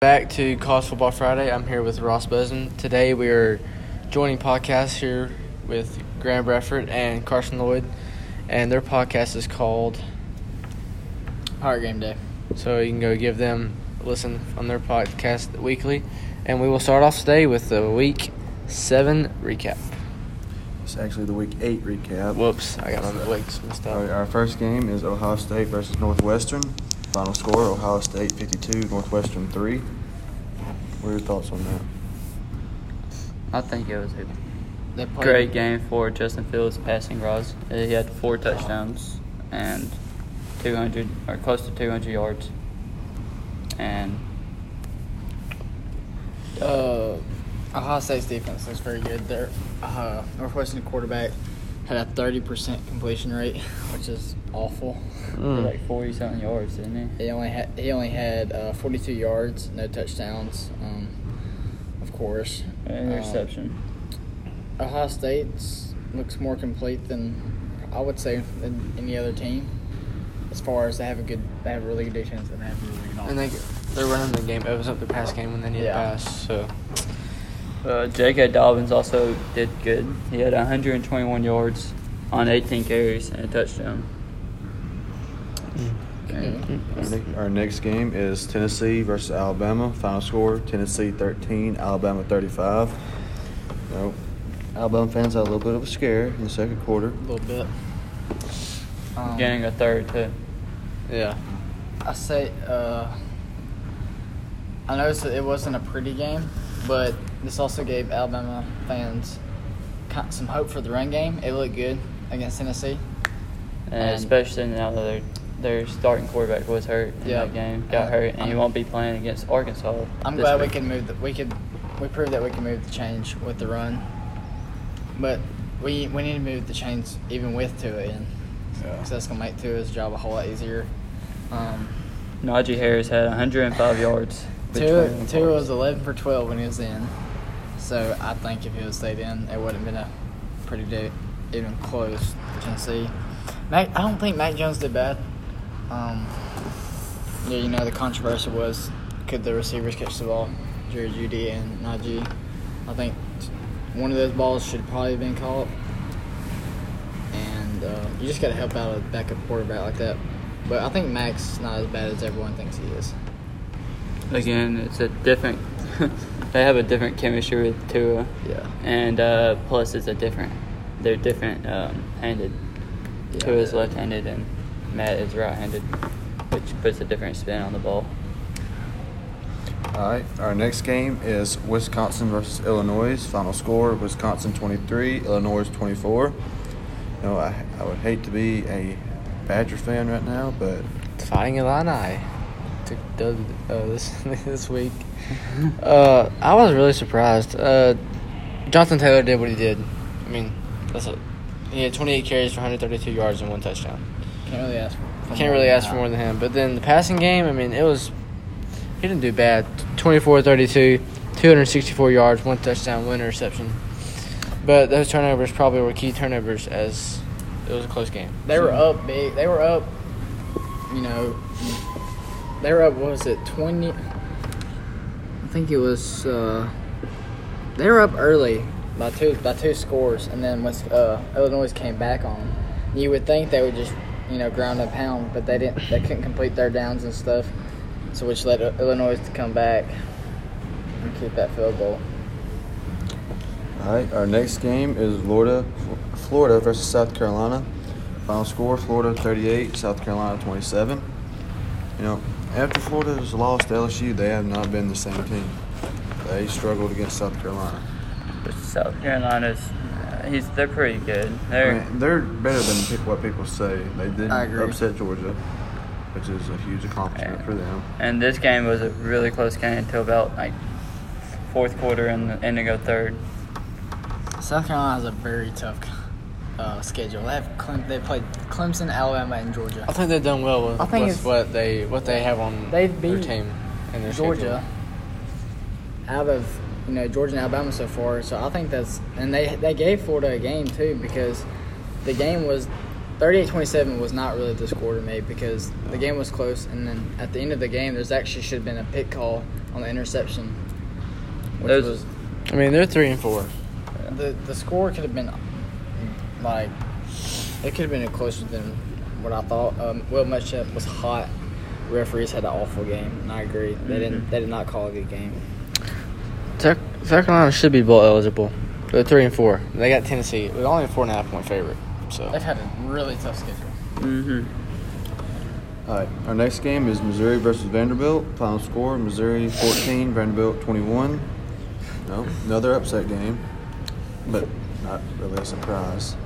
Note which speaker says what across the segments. Speaker 1: Back to College Football Friday. I'm here with Ross Bozen. Today we are joining podcasts here with Graham Bradford and Carson Lloyd, and their podcast is called
Speaker 2: Heart Game Day.
Speaker 1: So you can go give them a listen on their podcast weekly. And we will start off today with the week seven recap.
Speaker 3: It's actually the week eight recap.
Speaker 1: Whoops, I got my legs messed
Speaker 3: All right,
Speaker 1: up.
Speaker 3: our first game is Ohio State versus Northwestern. Final score: Ohio State 52, Northwestern 3. What are your thoughts on that?
Speaker 4: I think it was a
Speaker 2: They played,
Speaker 4: great game for Justin Fields passing rods. He had four touchdowns and 200 or close to 200 yards. And
Speaker 2: Uh, Ohio State's defense looks very good. Their uh, Northwestern quarterback had a 30% completion rate, which is awful. Mm.
Speaker 4: for like 40 something yards, didn't he?
Speaker 2: He only had he only had uh, 42 yards, no touchdowns. Um, of course,
Speaker 4: An
Speaker 2: Uh,
Speaker 4: interception.
Speaker 2: Ohio State's looks more complete than I would say than any other team. As far as they have a good, they have a really good defense and they have a really good offense.
Speaker 1: And they they're running the game, opens up the pass game when they need
Speaker 2: Yeah.
Speaker 1: a pass. So
Speaker 4: Uh, J.K. Dobbins also did good. He had 121 yards on 18 carries and a touchdown. And
Speaker 3: Our, ne- our next game is Tennessee versus Alabama. Final score: Tennessee 13, Alabama 35. Nope. Alabama fans had a little bit of a scare in the second quarter.
Speaker 2: a little bit. Um,
Speaker 4: getting a third too.
Speaker 1: yeah,
Speaker 2: I say, uh, I noticed that it wasn't a pretty game, but this also gave Alabama fans ki- some hope for the run game. It looked good against Tennessee.
Speaker 4: And
Speaker 2: And-
Speaker 4: Uh, especially now that their their starting quarterback was hurt in
Speaker 2: Yeah.
Speaker 4: that game, got
Speaker 2: Uh,
Speaker 4: hurt, and he
Speaker 2: I'm-
Speaker 4: won't be playing against Arkansas.
Speaker 2: I'm
Speaker 4: this
Speaker 2: glad we
Speaker 4: week.
Speaker 2: could move. The, we could we proved that we can move the change with the run, but we we need to move the change even with Tua in,
Speaker 3: Yeah.
Speaker 2: so that's gonna make Tua's job a whole lot easier. Um,
Speaker 4: Najee Harris had 105 yards.
Speaker 2: Tua,
Speaker 4: between
Speaker 2: Tua
Speaker 4: quarters.
Speaker 2: was 11 for 12 when he was in. So I think if he was stayed in, it wouldn't have been a pretty day, even close to Tennessee. Mac, I don't think Mac Jones did bad. Um, yeah, you know, the controversy was could the receivers catch the ball? Jerry Judy and Najee. I think one of those balls should probably have been called. And uh, you just got to help out a backup quarterback like that. But I think Mac's not as bad as everyone thinks he is.
Speaker 4: Again, it's a different. they have a different chemistry with Tua,
Speaker 2: Yeah.
Speaker 4: and uh, plus it's a different. They're different um, handed.
Speaker 2: Yeah.
Speaker 4: Tua is left-handed and Matt is right-handed, which puts a different spin on the ball.
Speaker 3: All right, our next game is Wisconsin versus Illinois. Final score Wisconsin 23, Illinois 24. You know, I, I would hate to be a Badger fan right now, but
Speaker 1: fighting Illini took the uh, this this week. Uh, I was really surprised. Uh, Jonathan Taylor did what he did. I mean, that's it. He had 28 carries for 132 yards and one touchdown.
Speaker 2: Can't really ask. For
Speaker 1: Can't really ask for more than him. But then the passing game, I mean, it was he didn't do bad. 24 32, 264 yards, one touchdown, one interception. But those turnovers probably were key turnovers as it was a close game.
Speaker 2: They were up big. They were up. You know, they were up. What was it? Twenty. I think it was. Uh, they were up early by two by two scores, and then once uh, Illinois came back on, 'em. you would think they would just you know ground and pound, but they didn't. They couldn't complete their downs and stuff, so which led Illinois to come back and keep that field goal.
Speaker 3: all right, our next game is Florida, Florida versus South Carolina. Final score Florida 38, South Carolina 27. You know, after Florida's lost to LSU, they have not been the same team. They struggled against South Carolina.
Speaker 4: But South Carolina's, uh, he's they're pretty good. They're
Speaker 3: I mean, they're better than peop what people say. They did
Speaker 2: I agree.
Speaker 3: upset Georgia, which is a huge accomplishment for them.
Speaker 4: And this game was a really close game until about like fourth quarter and the end to go third.
Speaker 2: South Carolina has a very tough uh, schedule. They have Clem- they played Clemson, Alabama, and Georgia.
Speaker 1: I think they've done well with,
Speaker 2: I think
Speaker 1: with
Speaker 2: it's-
Speaker 1: what they what they have on
Speaker 2: They've
Speaker 1: their
Speaker 2: beat
Speaker 1: team and their
Speaker 2: Georgia out of you know Georgia and Alabama so far. So I think that's and they they gave Florida a game too because the game was 38-27 was not really the score to me because the game was close, and then at the end of the game, there's actually should have been a pick call on the interception, which
Speaker 4: Those-
Speaker 2: was
Speaker 1: I mean, they're three and four.
Speaker 2: the the score could have been like it could have been closer than what I thought. Um, Will Muschamp was hot. Referees had an awful game, and I agree. They didn't. They did not call a good game.
Speaker 1: South South Carolina should be bowl eligible. They're three and four. They got Tennessee. They're only a four and a half point favorite. So
Speaker 2: They've had a really tough schedule.
Speaker 4: Mm-hmm.
Speaker 3: All right. Our next game is Missouri versus Vanderbilt. Final score: Missouri 14, Vanderbilt 21. No, another upset game, but not really a surprise.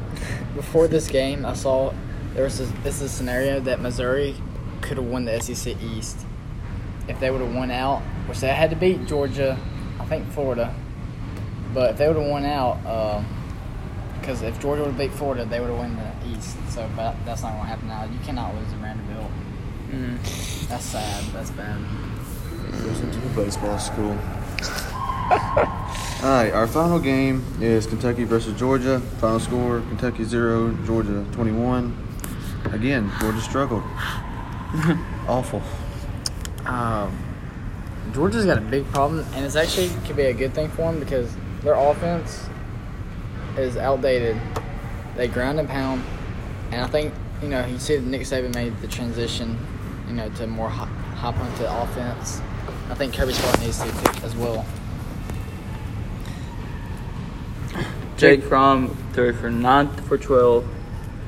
Speaker 2: Before this game, I saw there was this, this is a scenario that Missouri could have won the SEC East if they would have won out, which they had to beat Georgia, I think Florida. But if they would have won out, because if Georgia would have beat Florida, they would have won the East. So, but that's not going to happen now. You cannot lose to Vanderbilt.
Speaker 4: Mm-hmm.
Speaker 2: That's sad. That's bad.
Speaker 3: Goes into the baseball school. All right. Our final game is Kentucky versus Georgia. Final score: Kentucky zero, Georgia 21. Again, Georgia struggled. Awful.
Speaker 2: Um, Georgia's got a big problem, and it's actually could be a good thing for them because their offense is outdated. They ground and pound, and I think you know you see that Nick Saban made the transition, you know, to more high, high punted offense. I think Kirby Smart needs to do as well.
Speaker 4: Jake Fromm threw for nine for twelve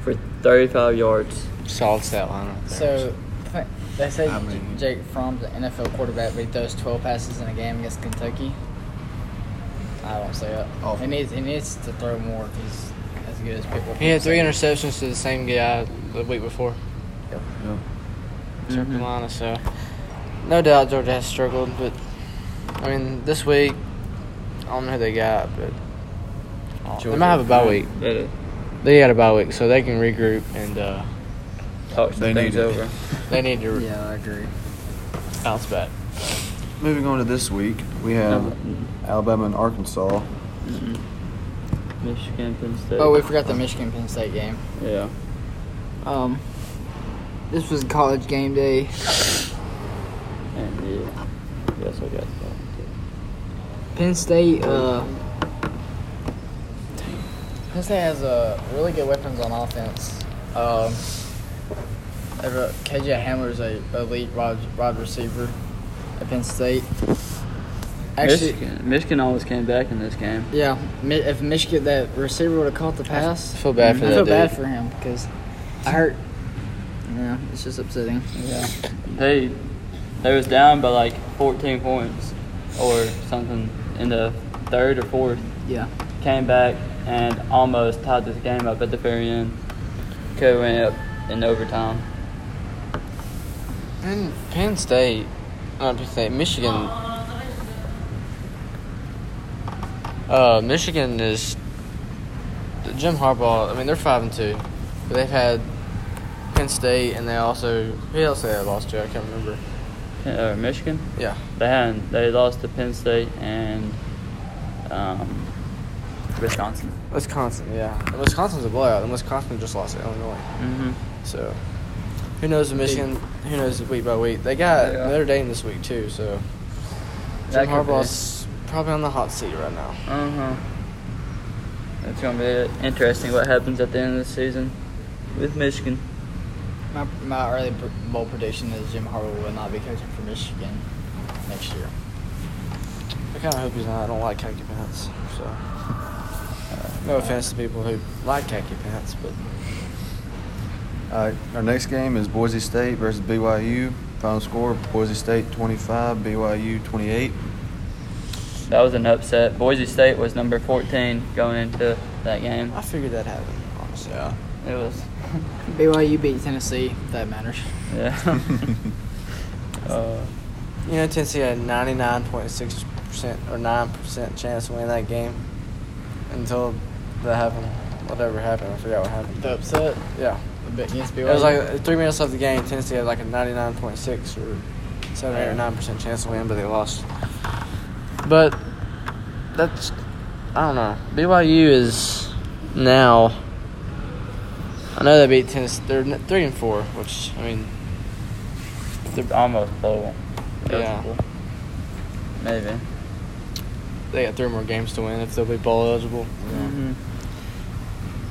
Speaker 4: for thirty-five yards.
Speaker 1: solid stat line. right there.
Speaker 2: So th- they say
Speaker 3: I mean-
Speaker 2: Jake Fromm's an NFL quarterback, but he throws 12 passes in a game against Kentucky. I don't say it.
Speaker 3: Oh.
Speaker 2: He needs he needs to throw more if he's as good as people.
Speaker 1: he had three interceptions to the same guy the week before.
Speaker 3: Yeah.
Speaker 2: Mm-hmm.
Speaker 1: South Carolina. So, no doubt Georgia has struggled, but I mean this week I don't know who they got, but they might have a bye week.
Speaker 4: Better
Speaker 1: They got a bye week, so they can regroup and uh,
Speaker 4: talk some
Speaker 3: They
Speaker 4: things
Speaker 3: need it.
Speaker 4: over.
Speaker 1: they need to
Speaker 2: Yeah, I agree.
Speaker 1: bounce back.
Speaker 3: Moving on to this week, we have Alabama and Arkansas.
Speaker 4: Mm-hmm. Michigan, Penn State.
Speaker 2: Oh, we forgot the Michigan Penn State game.
Speaker 4: yeah.
Speaker 2: Um, this was college game day.
Speaker 4: And yeah, yes, I got that.
Speaker 2: Penn State. Uh, Penn State has uh, really good weapons on offense. Um, they have a- KJ Hamler is a elite wide, wide receiver at Penn State. Actually,
Speaker 4: Michigan, Michigan always came back in this game.
Speaker 2: yeah. Mi- If Michigan that receiver would have caught the pass,
Speaker 1: I feel bad for
Speaker 2: I
Speaker 1: that
Speaker 2: feel
Speaker 1: dude.
Speaker 2: bad for him because I hurt. Yeah, it's just upsetting.
Speaker 4: Yeah. They they was down by like 14 points or something in the third or fourth.
Speaker 2: Yeah.
Speaker 4: Came back and almost tied this game up at the very end. Could have went up in overtime.
Speaker 1: Penn, Penn State, not Penn State, Michigan. Uh, Michigan is Jim Harbaugh. I mean, they're five and two, but they've had Penn State, and they also who else they had lost to? I can't remember.
Speaker 4: Or Uh, Michigan.
Speaker 1: Yeah,
Speaker 4: They had they lost to Penn State and um, Wisconsin.
Speaker 1: Wisconsin. Yeah, and Wisconsin's a blowout, and Wisconsin just lost to Illinois.
Speaker 4: Mm-hmm.
Speaker 1: So who knows the Michigan? Who knows week by week? They got
Speaker 4: Yeah.
Speaker 1: Notre Dame this week too. So Jim Harbaugh's probably on the hot seat right now.
Speaker 4: Uh huh. It's gonna be interesting what happens at the end of the season with Michigan.
Speaker 2: My, my early pr- bowl prediction is Jim Harbaugh will not be coaching for Michigan next year.
Speaker 1: I kind of hope he's not. I don't like khaki pants. So, Uh, no offense to people who like khaki pants, but
Speaker 3: All right, our next game is Boise State versus BYU. Final score: Boise State 25, BYU 28.
Speaker 4: That was an upset. Boise State was number 14 going into that game.
Speaker 1: I figured that happened. Honestly,
Speaker 3: Yeah.
Speaker 4: It was,
Speaker 2: BYU beat Tennessee. If that matters.
Speaker 4: yeah. uh,
Speaker 1: you know Tennessee had a ninety-nine point six percent or nine percent chance to win that game until that happened. Whatever happened, I forgot what happened.
Speaker 2: The upset
Speaker 1: Yeah,
Speaker 2: against BYU.
Speaker 1: it was like three minutes left of the game. Tennessee had like a ninety-nine point six or seven, eight, or nine percent chance to win, but they lost. But that's I don't know. BYU is now I know they beat Tennessee. They're n- three and four, which I mean,
Speaker 4: It's almost bowl.
Speaker 1: Yeah.
Speaker 4: eligible. Maybe.
Speaker 1: they got three more games to win if they'll be bowl eligible.
Speaker 4: Mm-hmm.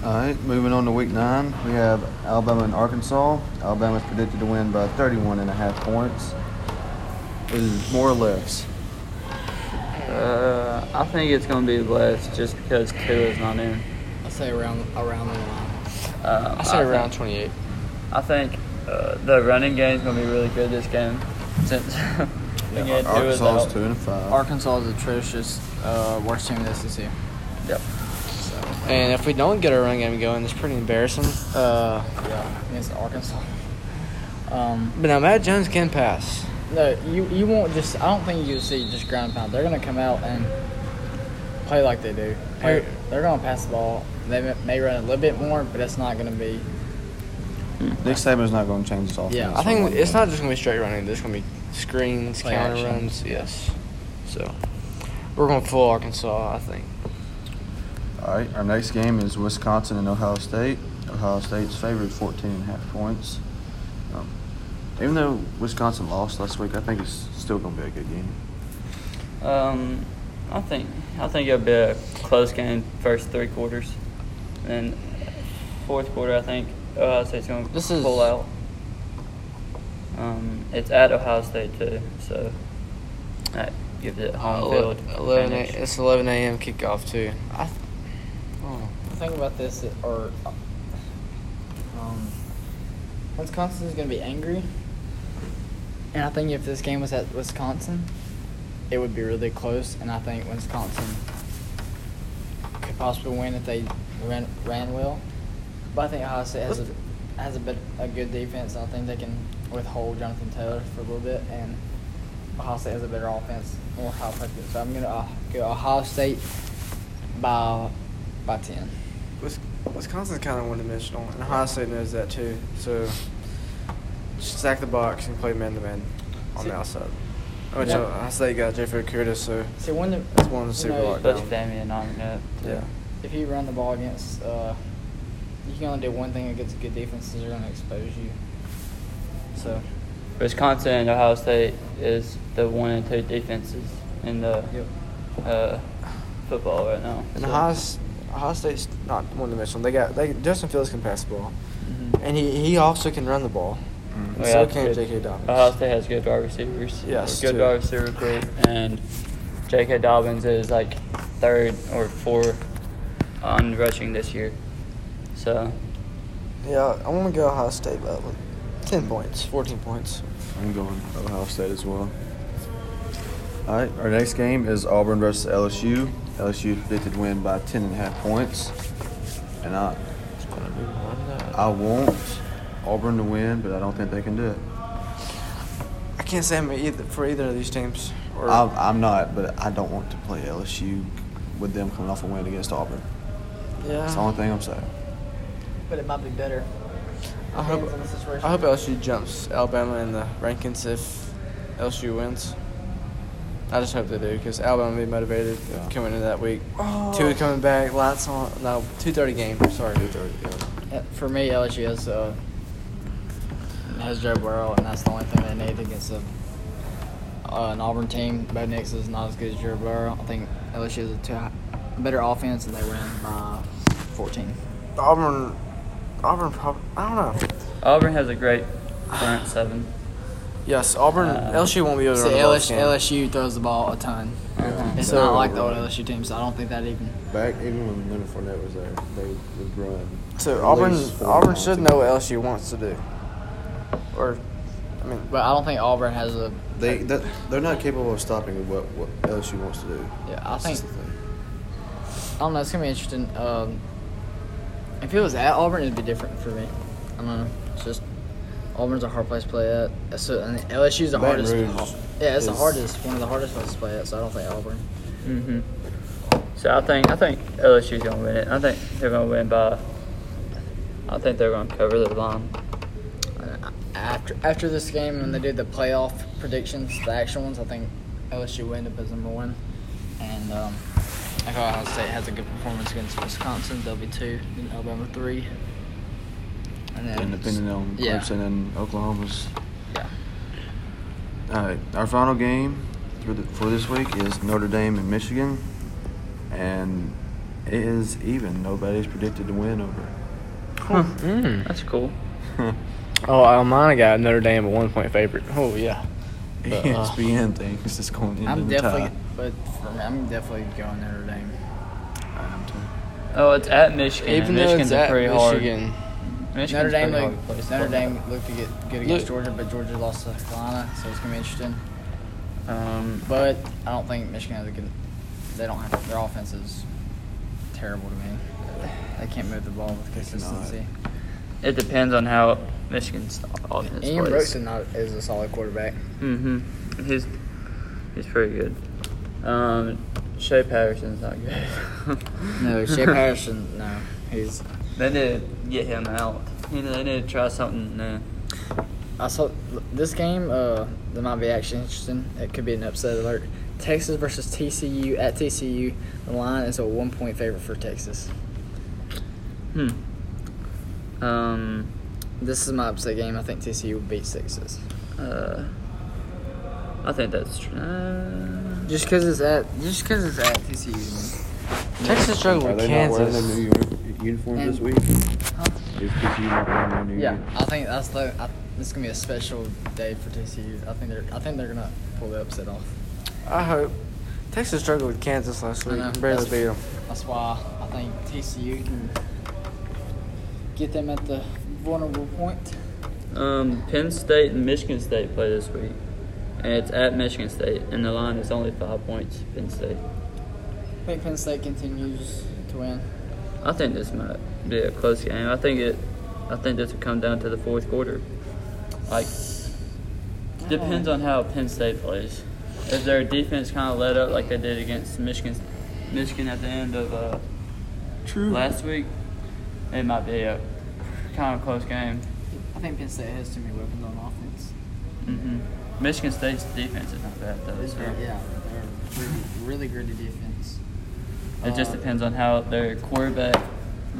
Speaker 3: All right, moving on to week nine, we have Alabama and Arkansas. Alabama's predicted to win by 31 and a half points. Is more or less.
Speaker 4: Uh, I think it's gonna be less just because Tua's not in.
Speaker 2: I say around around the line.
Speaker 4: Um,
Speaker 1: I say around
Speaker 4: Think,
Speaker 1: twenty-eight.
Speaker 4: I think uh, the running game's gonna be really good this game since again Tua's
Speaker 3: Arkansas
Speaker 4: out.
Speaker 3: is two and five.
Speaker 2: Arkansas is atrocious. Uh, worst team in the SEC.
Speaker 4: Yep.
Speaker 2: So
Speaker 1: And if we don't get our run game going, it's pretty embarrassing. Uh,
Speaker 2: yeah, against Arkansas. Um,
Speaker 1: but now Matt Jones can pass.
Speaker 2: No, you you won't just. I don't think you'll see just ground and pound. They're gonna come out and play like they do. They're,
Speaker 1: Hey.
Speaker 2: they're gonna pass the ball. They may- may run a little bit more, but it's not gonna be.
Speaker 3: Nick Saban's not going to change his offense.
Speaker 1: I
Speaker 2: Yeah,
Speaker 3: for one
Speaker 1: think it's
Speaker 3: game.
Speaker 1: not just gonna be straight running. There's gonna be screens,
Speaker 2: Play
Speaker 1: counter
Speaker 2: action.
Speaker 1: runs. Yes. So we're going full Arkansas, I think.
Speaker 3: All right, our next game is Wisconsin and Ohio State. Ohio State's favored 14 and a half points. Um, even though Wisconsin lost last week, I think it's still going to be a good game.
Speaker 4: Um, I think I think it'll be a close game first three quarters, and fourth quarter I think Ohio State's going to
Speaker 1: This is-
Speaker 4: pull out. Um, it's at Ohio State too, so that gives it home
Speaker 1: Ele-
Speaker 4: field.
Speaker 1: 11 Uh, a-
Speaker 4: advantage.
Speaker 1: it's 11 a.m. kickoff too. I th- oh.
Speaker 2: The thing about this, is- or um, Wisconsin's gonna be angry, and I think if this game was at Wisconsin, it would be really close. And I think Wisconsin could possibly win if they ran ran well. But I think Ohio State has a has a bit a good defense. and I think they can withhold Jonathan Taylor for a little bit, and Ohio State has a better offense, more high effective. So I'm gonna uh, go Ohio State by by ten.
Speaker 5: Wis- Wisconsin's kind of one-dimensional, and Ohio State knows that too. So just stack the box and play man-to-man on the outside. Which
Speaker 2: Yeah.
Speaker 5: Ohio State got Jeffrey Curtis, so
Speaker 2: See, when the,
Speaker 5: that's one of the
Speaker 2: you
Speaker 5: super
Speaker 2: know,
Speaker 5: lockdowns.
Speaker 4: That's Damian on it.
Speaker 5: Yeah.
Speaker 2: if you run the ball against, uh, you can only do one thing against good defenses. They're going to expose you. So,
Speaker 4: Wisconsin and Ohio State is the one and two defenses in the
Speaker 2: yep.
Speaker 4: uh, football right now.
Speaker 5: And
Speaker 4: so-
Speaker 5: Ohio, S- Ohio State's not one-dimensional. They got they Justin Fields can pass the ball,
Speaker 2: Mhm.
Speaker 5: and he, he also can run the ball.
Speaker 4: We
Speaker 5: So
Speaker 4: have
Speaker 5: can
Speaker 4: good-
Speaker 5: J.K. Dobbins.
Speaker 4: Oh, Ohio State has good wide receivers.
Speaker 5: Yes,
Speaker 4: Good
Speaker 5: too.
Speaker 4: wide receiver group, and J.K. Dobbins is like third or fourth on rushing this year. So
Speaker 5: Yeah, I want to go Ohio State by like, ten points, fourteen points.
Speaker 3: I'm going Ohio State as well. All right, our next game is Auburn versus LSU. LSU predicted to win by 10 and a half points. And I, I want Auburn to win, but I don't think they can do it.
Speaker 5: I can't say I'm either for either of these teams. Or
Speaker 3: I'm, I'm not, but I don't want to play LSU with them coming off a win against Auburn. That's the
Speaker 5: yeah,
Speaker 3: only thing I'm saying.
Speaker 2: But it might be better.
Speaker 5: I hope
Speaker 2: Depends on the situation.
Speaker 5: I hope LSU jumps Alabama in the rankings if LSU wins. I just hope they do because Alabama will be motivated
Speaker 3: Yeah.
Speaker 5: coming into that week. Two coming back, lights on. No, two thirty game. Sorry, two thirty.
Speaker 2: Uh, For me, LSU has, uh, has Joe Burrow, and that's the only thing they need against a, uh, an Auburn team. Bo Nix is not as good as Joe Burrow. I think LSU has a too high, better offense, and they win by 14.
Speaker 5: Auburn, Auburn. Prob- I don't know.
Speaker 4: Auburn has a great front seven.
Speaker 5: Yes, Auburn.
Speaker 4: Uh,
Speaker 5: LSU won't be able to
Speaker 2: See,
Speaker 5: run the ball this
Speaker 2: LSU,
Speaker 5: game.
Speaker 2: LSU throws the ball a ton.
Speaker 4: Uh-huh.
Speaker 2: It's
Speaker 3: So-
Speaker 2: not like the old LSU team, so I don't think that even.
Speaker 3: Back even when Leonard Fournette was there, they would run.
Speaker 5: So
Speaker 3: at
Speaker 5: Auburn,
Speaker 3: least four
Speaker 5: Auburn
Speaker 3: times
Speaker 5: should
Speaker 3: a
Speaker 5: know
Speaker 3: game.
Speaker 5: what LSU wants to do. Or, I mean,
Speaker 2: But I don't think Auburn has a.
Speaker 3: They that, they're not capable of stopping what, what LSU wants to do.
Speaker 2: Yeah, I
Speaker 3: That's
Speaker 2: think.
Speaker 3: just the thing.
Speaker 2: I don't know. It's gonna be interesting. Um, if it was at Auburn, it'd be different for me. I don't know. It's just Auburn's a hard place to play at. So and LSU's the
Speaker 3: Baton
Speaker 2: hardest.
Speaker 3: Rouge
Speaker 2: yeah, it's the
Speaker 3: is-
Speaker 2: hardest. One of the hardest places to play at. So I don't think Auburn.
Speaker 4: Mm-hmm. So I think I think LSU's gonna win it. I think they're gonna win by. I think they're gonna cover the line.
Speaker 2: Uh, After after this game, when they do the playoff predictions, the actual ones, I think LSU will end up as number one. And um, if Ohio State has a good performance against Wisconsin, they'll be two, and Alabama three. And then
Speaker 3: and depending on
Speaker 2: yeah.
Speaker 3: Clemson and Oklahoma's.
Speaker 2: Yeah.
Speaker 3: All right, our final game through the, for this week is Notre Dame and Michigan, and it is even. Nobody's predicted to win over.
Speaker 4: Huh.
Speaker 1: Mm.
Speaker 4: That's cool.
Speaker 1: Oh, Almana got Notre Dame a one point favorite. Oh yeah.
Speaker 3: E
Speaker 1: But, uh,
Speaker 3: ESPN thinks it's going to end
Speaker 2: I'm
Speaker 3: in a tie.
Speaker 2: definitely, but for me, I'm definitely going Notre Dame.
Speaker 3: I'm too.
Speaker 4: Oh, it's at Michigan.
Speaker 1: Even though it's
Speaker 4: Michigan's
Speaker 1: at
Speaker 4: pretty
Speaker 1: Michigan,
Speaker 4: hard. Michigan's
Speaker 2: Notre Dame,
Speaker 4: pretty hard to
Speaker 2: looked-
Speaker 4: play. It's
Speaker 2: Notre
Speaker 4: fun.
Speaker 2: Dame looked to get good against
Speaker 1: Look-
Speaker 2: Georgia, but Georgia lost to South Carolina, so it's gonna be interesting.
Speaker 4: Um,
Speaker 2: But I don't think Michigan has a good. They don't have their offense is terrible to me. They can't move the ball with consistency.
Speaker 4: it depends on how Michigan's offense
Speaker 2: Ian
Speaker 4: plays.
Speaker 2: Brooks is not is a solid quarterback.
Speaker 4: hmm He's he's pretty good. Um, Shea Patterson's not good.
Speaker 2: No, Shea Patterson. No, he's.
Speaker 4: They need to get him out. You know, they need to try something new.
Speaker 2: I saw this game. Uh, that might be actually interesting. It could be an upset alert. Texas versus TCU at TCU. The line is a one point favorite for Texas.
Speaker 4: Hmm. Um.
Speaker 2: This is my upset game. I think TCU will beat Texas.
Speaker 4: Uh. I think that's true. Uh,
Speaker 2: Just because it's at just because it's at TCU.
Speaker 1: Texas struggled
Speaker 3: Are
Speaker 1: with
Speaker 3: they not wearing their
Speaker 1: Kansas.
Speaker 3: new uni- uniforms this
Speaker 2: And-
Speaker 3: week? Is TCU not wearing their new
Speaker 2: Yeah,
Speaker 3: uni-
Speaker 2: I think that's the. I, this is gonna be a special day for TCU. I think they're. I think they're gonna pull the upset off.
Speaker 5: I hope. Texas struggled with Kansas last week.
Speaker 2: know,
Speaker 5: and Barely
Speaker 2: that's-
Speaker 5: beat them.
Speaker 2: That's why I think TCU can get them at the vulnerable point.
Speaker 4: um. Penn State and Michigan State play this week, and it's at Michigan State, and the line is only five points. Penn State.
Speaker 2: I think Penn State continues to win.
Speaker 4: I think this might be a close game. I think it. I think this will come down to the fourth quarter. Like, depends on how Penn State plays. If their defense kind of let up like they did against Michigan, Michigan at the end of uh, True. last week, it might be a kind of close game.
Speaker 2: I think Penn State has too many weapons on offense.
Speaker 4: hmm Michigan State's defense is not bad though. So
Speaker 2: Yeah, they're really, really gritty defense.
Speaker 4: It just
Speaker 2: Uh,
Speaker 4: depends on how their quarterback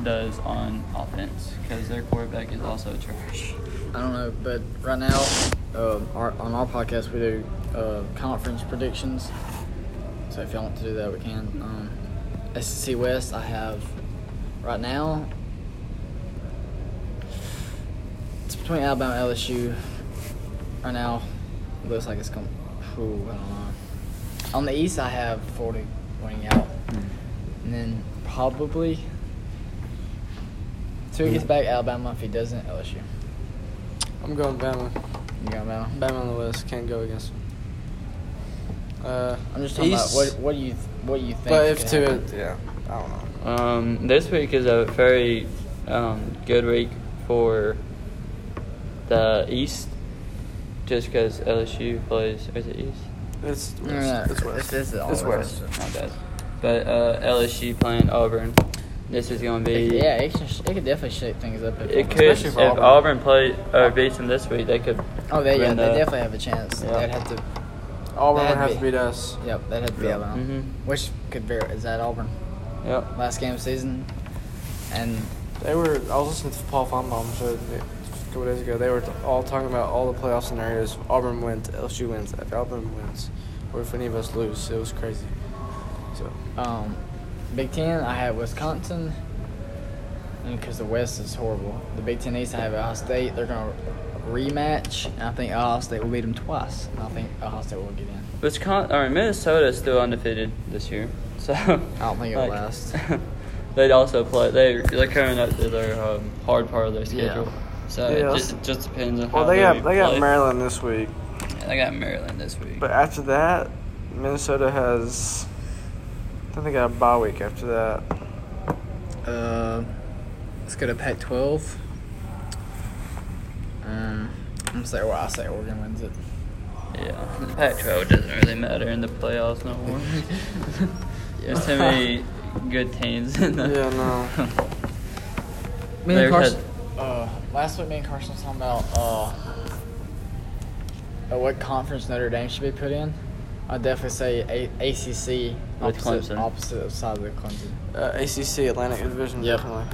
Speaker 4: does on offense because their quarterback is also trash.
Speaker 2: I don't know, but right now, um, our, on our podcast, we do uh, conference predictions. So if y'all want to do that, we can. Um, SEC West, I have right now. It's between Alabama and LSU. Right now, it looks like it's going. Ooh, I don't know. On the East, I have Florida winning out, and then probably. Two gets back Alabama. If he doesn't, LSU.
Speaker 5: I'm going Bama.
Speaker 2: You got Alabama.
Speaker 5: Bama on the list. Can't go against them. Uh,
Speaker 2: I'm just talking
Speaker 5: East-
Speaker 2: about what what do you what do you think?
Speaker 5: But if
Speaker 2: could
Speaker 5: two,
Speaker 2: happen?
Speaker 5: yeah, I don't know.
Speaker 4: Um, this week is a very um, good week for the East, just because LSU plays. Is it East?
Speaker 5: It's
Speaker 2: No, no,
Speaker 5: west. It's
Speaker 2: no,
Speaker 5: west.
Speaker 2: It's, it's, all
Speaker 5: It's
Speaker 2: West.
Speaker 5: west.
Speaker 4: Not bad. But uh, LSU playing Auburn. This is going to
Speaker 2: It,
Speaker 4: be.
Speaker 2: yeah, it, can, sh- it could definitely shake things up. If
Speaker 4: It could.
Speaker 5: Especially
Speaker 4: If
Speaker 5: for Auburn.
Speaker 4: Auburn, play or beats them this week, they could.
Speaker 2: Oh, they yeah,
Speaker 4: win
Speaker 2: they
Speaker 4: the-
Speaker 2: definitely have a chance.
Speaker 4: Yeah.
Speaker 2: They'd have to.
Speaker 5: Auburn would
Speaker 2: That'd
Speaker 5: have
Speaker 2: be-
Speaker 5: to beat us.
Speaker 2: Yep, they'd have to be
Speaker 3: Yeah.
Speaker 2: Alabama,
Speaker 4: Mhm.
Speaker 2: which could be is that Auburn
Speaker 4: Yep.
Speaker 2: last game of the season, and
Speaker 5: They were. I was listening to Paul Feinbaum's show a couple days ago. They were all talking about all the playoff scenarios. Auburn wins, LSU wins, if Auburn wins, or if any of us lose. It was crazy. So
Speaker 2: um, Big Ten I have Wisconsin, and because the West is horrible, the Big Ten East I have Ohio State. They're gonna rematch, and I think Ohio State will beat them twice. And I think Ohio State will get in.
Speaker 4: Wisconsin or Minnesota is still undefeated this year, so I
Speaker 2: don't think it'll last.
Speaker 4: they'd also play. They they're coming up to their um, hard part of their
Speaker 2: Yeah.
Speaker 4: schedule, so
Speaker 5: Yeah,
Speaker 4: it,
Speaker 5: that's-
Speaker 4: just, it just depends on
Speaker 5: well,
Speaker 4: how
Speaker 5: they got
Speaker 4: play.
Speaker 5: they got Maryland this week,
Speaker 4: Yeah, They got Maryland this week.
Speaker 5: but after that, Minnesota has. I think they got a bye week after that.
Speaker 2: Uh, let's go to Pac-12. Um, I'm gonna say, well, I say Oregon wins it.
Speaker 4: yeah, the Pac-12 doesn't really matter in the playoffs no more. There's too many good teams in the.
Speaker 5: Yeah, no.
Speaker 2: Me and
Speaker 4: There's
Speaker 2: Carson. Uh, last week, me and Carson was talking about uh, uh, what conference Notre Dame should be put in. I would definitely say A- ACC
Speaker 4: With
Speaker 2: opposite,
Speaker 4: Clemson.
Speaker 2: opposite side of the Clemson.
Speaker 5: Uh, ACC Atlantic Division
Speaker 2: Yep.
Speaker 5: definitely.
Speaker 4: I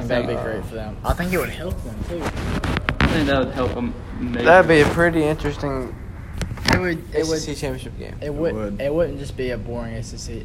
Speaker 2: think that'd be
Speaker 4: think- uh,
Speaker 2: great for them. I think it would help them too.
Speaker 4: I think that would help them. Maybe.
Speaker 5: That'd be a pretty interesting
Speaker 2: It would. It would.
Speaker 5: SEC championship game.
Speaker 2: It would.
Speaker 3: would.
Speaker 2: It wouldn't just be a boring SEC.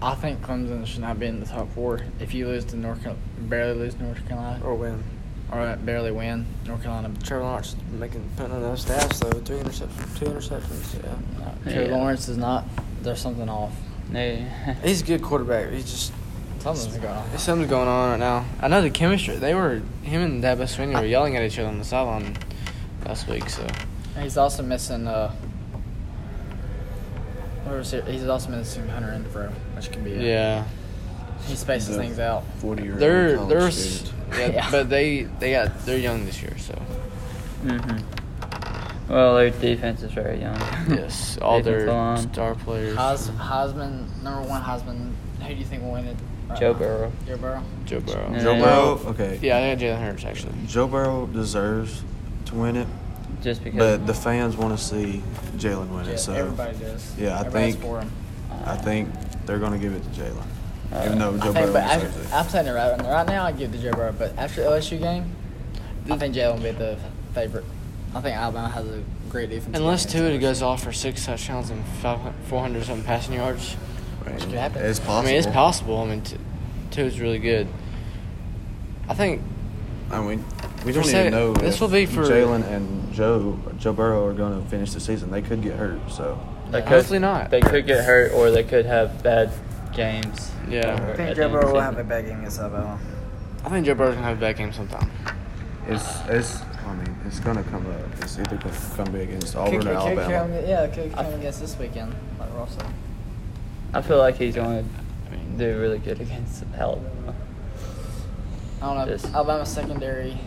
Speaker 2: I think Clemson should not be in the top four. If you lose to North, Car- barely lose to North Carolina,
Speaker 5: Or win.
Speaker 2: or barely win North Carolina,
Speaker 5: Trevor Lawrence making putting on those stats though. Three interceptions. Two interceptions. Yeah.
Speaker 2: no, Trevor
Speaker 4: Yeah.
Speaker 2: Lawrence is not. There's something off.
Speaker 4: Yeah.
Speaker 5: He's a good quarterback. He's just
Speaker 2: Something's going on.
Speaker 5: something's going on right now.
Speaker 1: I know the chemistry. They were him and Dabo Swinney were yelling at each other on the sideline last week. So
Speaker 2: And He's also missing. Uh, where was it? He's also missing Hunter Renfro, which can be. a-
Speaker 1: yeah,
Speaker 2: He spaces
Speaker 3: The-
Speaker 2: things out.
Speaker 3: Forty year
Speaker 1: they're
Speaker 3: old
Speaker 1: they're
Speaker 3: college
Speaker 1: s-
Speaker 3: student.
Speaker 1: yeah,
Speaker 2: Yeah.
Speaker 1: but they they got they're young this year. So
Speaker 4: Mm-hmm. Well, their defense is very young.
Speaker 2: Hmm.
Speaker 1: yes, all
Speaker 4: Nathan
Speaker 1: their
Speaker 4: Fillion,
Speaker 1: star players.
Speaker 2: Heis, Heisman, number one Heisman. Who do you think will win it? right
Speaker 4: Joe
Speaker 2: now?
Speaker 4: Burrow.
Speaker 2: Joe Burrow.
Speaker 1: Joe Burrow.
Speaker 4: Yeah.
Speaker 3: Joe Burrow. Okay.
Speaker 1: Yeah, I got Jalen Hurts actually.
Speaker 3: Joe Burrow deserves to win it,
Speaker 4: Just because.
Speaker 3: but the fans want to see Jalen win
Speaker 2: Yeah,
Speaker 3: it. So
Speaker 2: everybody does.
Speaker 3: yeah, I
Speaker 2: Everybody's
Speaker 3: think-
Speaker 2: for him.
Speaker 3: I think they're gonna give it to Jalen,
Speaker 4: Uh,
Speaker 3: even though
Speaker 2: I
Speaker 3: Joe
Speaker 2: think,
Speaker 3: Burrow
Speaker 2: but I,
Speaker 3: deserves it.
Speaker 2: I'm saying it right, right now. I give it to Joe Burrow, but after the LSU game, I think Jalen will be the favorite. I think Alabama has a great defense.
Speaker 1: Unless
Speaker 2: against
Speaker 1: Tua goes off for six touchdowns and five hun- 400 something passing yards.
Speaker 3: Right.
Speaker 2: could happen.
Speaker 3: It's
Speaker 1: I
Speaker 3: possible.
Speaker 1: mean, it's possible. I mean, T- Tua's really good. I think
Speaker 3: I mean, we don't
Speaker 1: For
Speaker 3: even
Speaker 1: sec-
Speaker 3: know.
Speaker 1: this
Speaker 3: if
Speaker 1: will be for-
Speaker 3: Jalen and Joe. Joe Burrow are gonna finish the season. They could get hurt. So
Speaker 4: they could,
Speaker 1: hopefully not.
Speaker 4: They could get hurt, or they could have bad games.
Speaker 1: Yeah.
Speaker 4: Or
Speaker 1: I
Speaker 4: at the end of the season.
Speaker 2: bad game against Alabama.
Speaker 1: I think Joe Burrow's gonna have a bad game sometime.
Speaker 3: it's it's. I mean, it's gonna come up. It's either gonna come be against Auburn or Alabama.
Speaker 2: Yeah, could come against this weekend, like Ross said.
Speaker 4: I feel like he's going to do really good against Alabama.
Speaker 2: I don't know.
Speaker 4: Yes.
Speaker 2: Alabama secondary.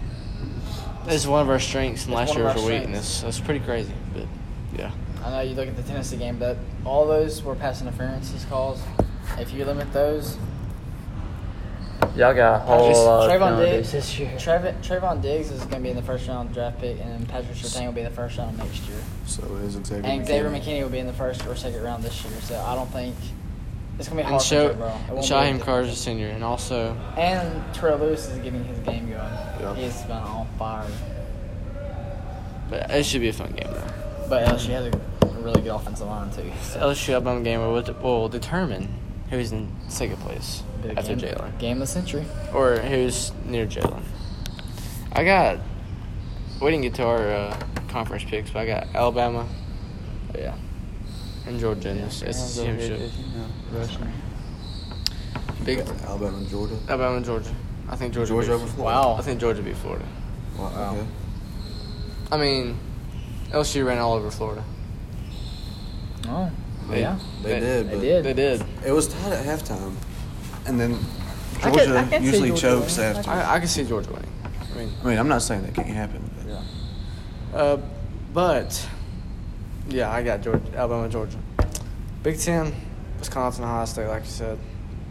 Speaker 1: It's one of our strengths, and
Speaker 2: It's
Speaker 1: last
Speaker 2: one
Speaker 1: year
Speaker 2: of
Speaker 1: was
Speaker 2: our
Speaker 1: a
Speaker 2: strengths.
Speaker 1: weakness. That's pretty crazy, but yeah.
Speaker 2: I know you look at the Tennessee game, but all those were pass interferences calls. If you limit those,
Speaker 4: Y'all got a whole
Speaker 2: Just
Speaker 4: lot of
Speaker 2: Trayvon
Speaker 4: penalties
Speaker 2: Diggs.
Speaker 4: this year.
Speaker 2: Trayvon, Trayvon Diggs is going to be in the first round draft pick, and Patrick Sertan will be the first round next year.
Speaker 3: So it is Xavier.
Speaker 2: And Xavier
Speaker 3: McKinney.
Speaker 2: McKinney will be in the first or second round this year, so I don't think it's going to be
Speaker 1: And
Speaker 2: hard
Speaker 1: show
Speaker 2: for Trey, bro. It won't be
Speaker 1: Shaheem
Speaker 2: easy.
Speaker 1: Carter's a senior, and also
Speaker 2: And Terrell Lewis is getting his game going. He's been on fire.
Speaker 1: but it should be a fun game though.
Speaker 2: But LSU has a really good offensive line, too.
Speaker 1: The LSU Alabama game will, will determine who's in second place
Speaker 2: Big
Speaker 1: after
Speaker 2: game,
Speaker 1: Jalen,
Speaker 2: Game of the century.
Speaker 1: or who's near Jalen. I got. We didn't get to our uh, conference picks, but I got Alabama
Speaker 2: yeah.
Speaker 1: and Georgia in this SEC championship. Big
Speaker 3: Alabama and Georgia.
Speaker 1: Alabama and Georgia. I think Georgia.
Speaker 3: Georgia
Speaker 1: beats-
Speaker 3: over Florida.
Speaker 1: I think Georgia beat Florida.
Speaker 3: Wow. Okay.
Speaker 1: I mean, LSU ran all over Florida.
Speaker 2: Oh,
Speaker 1: They-
Speaker 2: yeah.
Speaker 3: They,
Speaker 1: They-
Speaker 3: did.
Speaker 2: they
Speaker 3: but
Speaker 2: did.
Speaker 1: They did.
Speaker 3: It was tied at halftime, and then
Speaker 2: I
Speaker 3: Georgia
Speaker 2: could- I could see
Speaker 3: usually
Speaker 2: Georgia
Speaker 3: chokes
Speaker 2: winning.
Speaker 3: after. I,
Speaker 1: I, I can see Georgia winning. I mean,
Speaker 3: mean, I'm not saying that can't happen. But
Speaker 1: Yeah. Uh, but yeah, I got Georgia, Alabama, Georgia, Big Ten, Wisconsin, Ohio State. Like you said,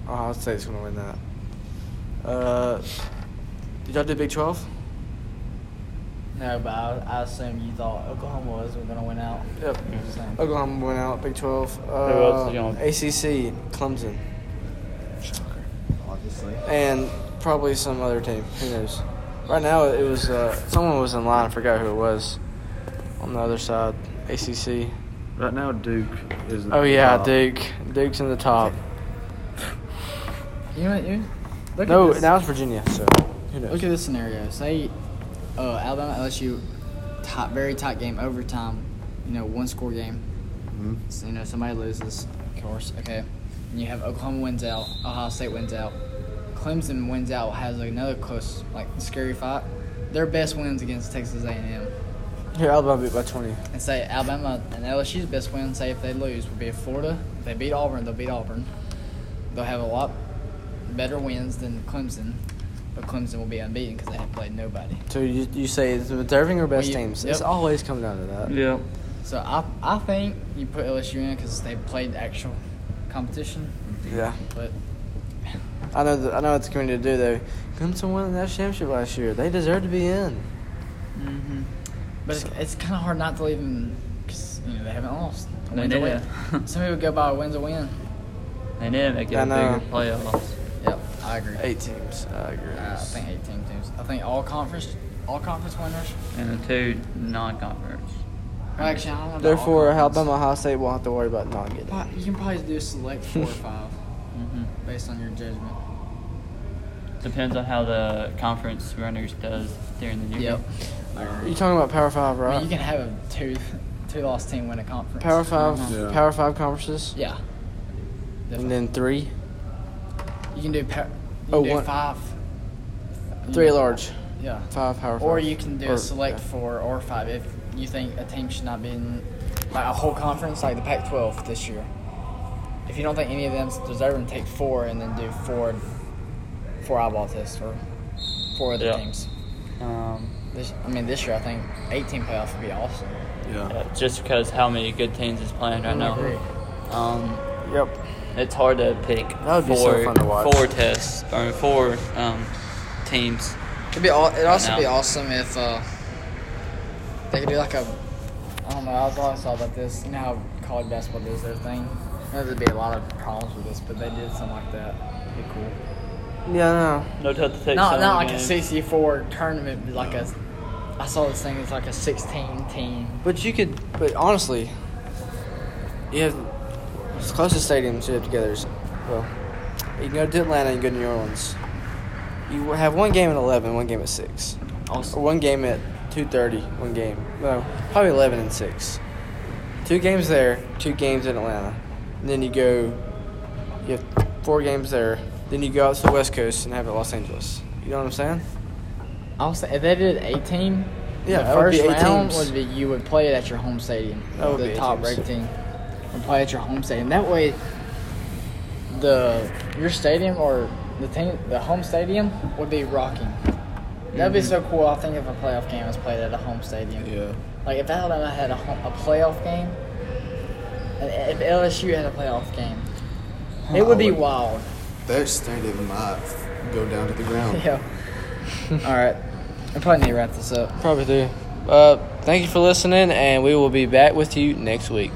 Speaker 1: Ohio State's gonna win that. Uh, did y'all do Big Twelve?
Speaker 2: No, but I, I assume you thought Oklahoma was going to win out.
Speaker 1: Yep.
Speaker 2: Same.
Speaker 1: Oklahoma went out. Big Twelve.
Speaker 4: else
Speaker 1: Uh,
Speaker 4: is gonna-
Speaker 1: ACC, Clemson,
Speaker 3: Obviously.
Speaker 1: and probably some other team. Who knows? Right now, it was uh, someone was in line. I forgot who it was. On the other side, ACC.
Speaker 3: Right now, Duke is.
Speaker 1: Oh yeah,
Speaker 3: top.
Speaker 1: Duke. Duke's in the top.
Speaker 2: You know what, you look
Speaker 1: No,
Speaker 2: at this.
Speaker 1: now it's Virginia. So who knows?
Speaker 2: Look at this scenario. Say uh, Alabama LSU, tight, very tight game, overtime. You know, one score game.
Speaker 3: Mhm.
Speaker 2: So, you know, somebody loses, of course. Okay, and you have Oklahoma wins out, Ohio State wins out, Clemson wins out, has another close, like scary fight. Their best wins against Texas A&M,
Speaker 1: Here, Oh, Alabama beat by 20.
Speaker 2: and say Alabama and LSU's best win. Say if they lose, would be Florida. If they beat Auburn, they'll beat Auburn. They'll have a lot better wins than Clemson, but Clemson will be unbeaten because they have played nobody.
Speaker 1: So you, you say it's deserving or best
Speaker 2: Well, you-
Speaker 1: teams? It's
Speaker 2: yep.
Speaker 1: always come down to that.
Speaker 4: Yeah.
Speaker 2: So I, I think you put LSU in because they played actual competition,
Speaker 1: Yeah.
Speaker 2: but
Speaker 1: I know th- I know what the community to do though. Clemson won the national championship last year. They deserve to be in.
Speaker 4: Mm-hmm.
Speaker 2: but it's, it's kind of hard not to leave them because you know they haven't lost. A
Speaker 4: They
Speaker 2: win's a win.
Speaker 4: did.
Speaker 2: Some people go by a win's a win.
Speaker 4: They need to make it
Speaker 1: I
Speaker 4: a
Speaker 1: know.
Speaker 4: bigger playoffs.
Speaker 2: Yep. I I agree.
Speaker 1: Eight teams. I agree.
Speaker 2: Uh, I think eighteen teams. I think all conference, all conference winners.
Speaker 4: and the two non-conference.
Speaker 2: Well, actually, I don't know. about
Speaker 1: Therefore,
Speaker 2: all
Speaker 1: Alabama
Speaker 2: conference.
Speaker 1: Ohio State won't have to worry about not getting.
Speaker 2: Well, You can probably do select four or five
Speaker 4: hmm
Speaker 2: based on your judgment.
Speaker 4: Depends on how the conference runners does during the new year.
Speaker 2: Yep. I
Speaker 1: You
Speaker 2: agree.
Speaker 1: talking about Power Five,
Speaker 2: I
Speaker 1: right?
Speaker 2: mean, you can have a two, two loss team win a conference.
Speaker 1: Power 5
Speaker 3: Yeah.
Speaker 1: Power Five conferences,
Speaker 2: Yeah.
Speaker 1: and then three,
Speaker 2: You can do pa- you
Speaker 1: Oh,
Speaker 2: can do
Speaker 1: one-
Speaker 2: five.
Speaker 1: three large,
Speaker 2: Yeah.
Speaker 1: five Power Five.
Speaker 2: Or you can do
Speaker 1: Or-
Speaker 2: a select four or five if you think a team should not be in like a whole conference like the Pac-12 this year. If you don't think any of them's deserving, take four and then do four, four eyeball tests or four other
Speaker 4: Yeah.
Speaker 2: teams.
Speaker 4: Um,
Speaker 2: This, I mean, this year I think 18 playoff would be awesome.
Speaker 3: Yeah.
Speaker 4: yeah, Uh, just because how many good teams is playing right now. Um,
Speaker 1: Yep.
Speaker 4: it's hard to pick
Speaker 1: That would be
Speaker 4: four,
Speaker 1: so fun to watch.
Speaker 4: four tests or four um, teams.
Speaker 2: It'd be all. It'd also
Speaker 4: know.
Speaker 2: be awesome if uh, they could do like a. I don't know. I was always thought about this. You know how college basketball does their thing. There'd be a lot of problems with this, but they did something like that. It'd be cool.
Speaker 1: Yeah,
Speaker 4: No, to take
Speaker 2: Not
Speaker 4: some
Speaker 2: not like a
Speaker 4: games.
Speaker 2: sixty four tournament, but like a. I saw this thing. It's like a sixteen team.
Speaker 1: no. But you could. But honestly, you have the closest stadiums you have together. Is, well, you can go to Atlanta and go to New Orleans. You have one game at eleven, one game at six, or
Speaker 2: Also,
Speaker 1: one game at two thirty, one game. No, probably eleven and six. Two games there, two games in Atlanta, and then you go. You have four games there. Then you go out to the West Coast and have it at Los Angeles. You know what I'm saying?
Speaker 2: I was saying, if they did eighteen.
Speaker 1: Yeah,
Speaker 2: the
Speaker 1: that would be
Speaker 2: first
Speaker 1: eight
Speaker 2: round
Speaker 1: teams.
Speaker 2: would be you would play it at your home stadium.
Speaker 1: That would
Speaker 2: the
Speaker 1: be eight
Speaker 2: top
Speaker 1: teams.
Speaker 2: ranked team would play at your home stadium. That way, the your stadium or the team, the home stadium would be rocking.
Speaker 1: Mm-hmm.
Speaker 2: That'd be so cool. I think if a playoff game was played at a home stadium,
Speaker 3: Yeah.
Speaker 2: like if Alabama had a, home, a playoff game, and if LSU had a playoff game, it would be
Speaker 3: would-
Speaker 2: wild.
Speaker 3: Their stadium might go down to the ground.
Speaker 2: Yeah. All right, I probably need to wrap this up.
Speaker 1: Probably do. Uh, thank you for listening, and we will be back with you next week.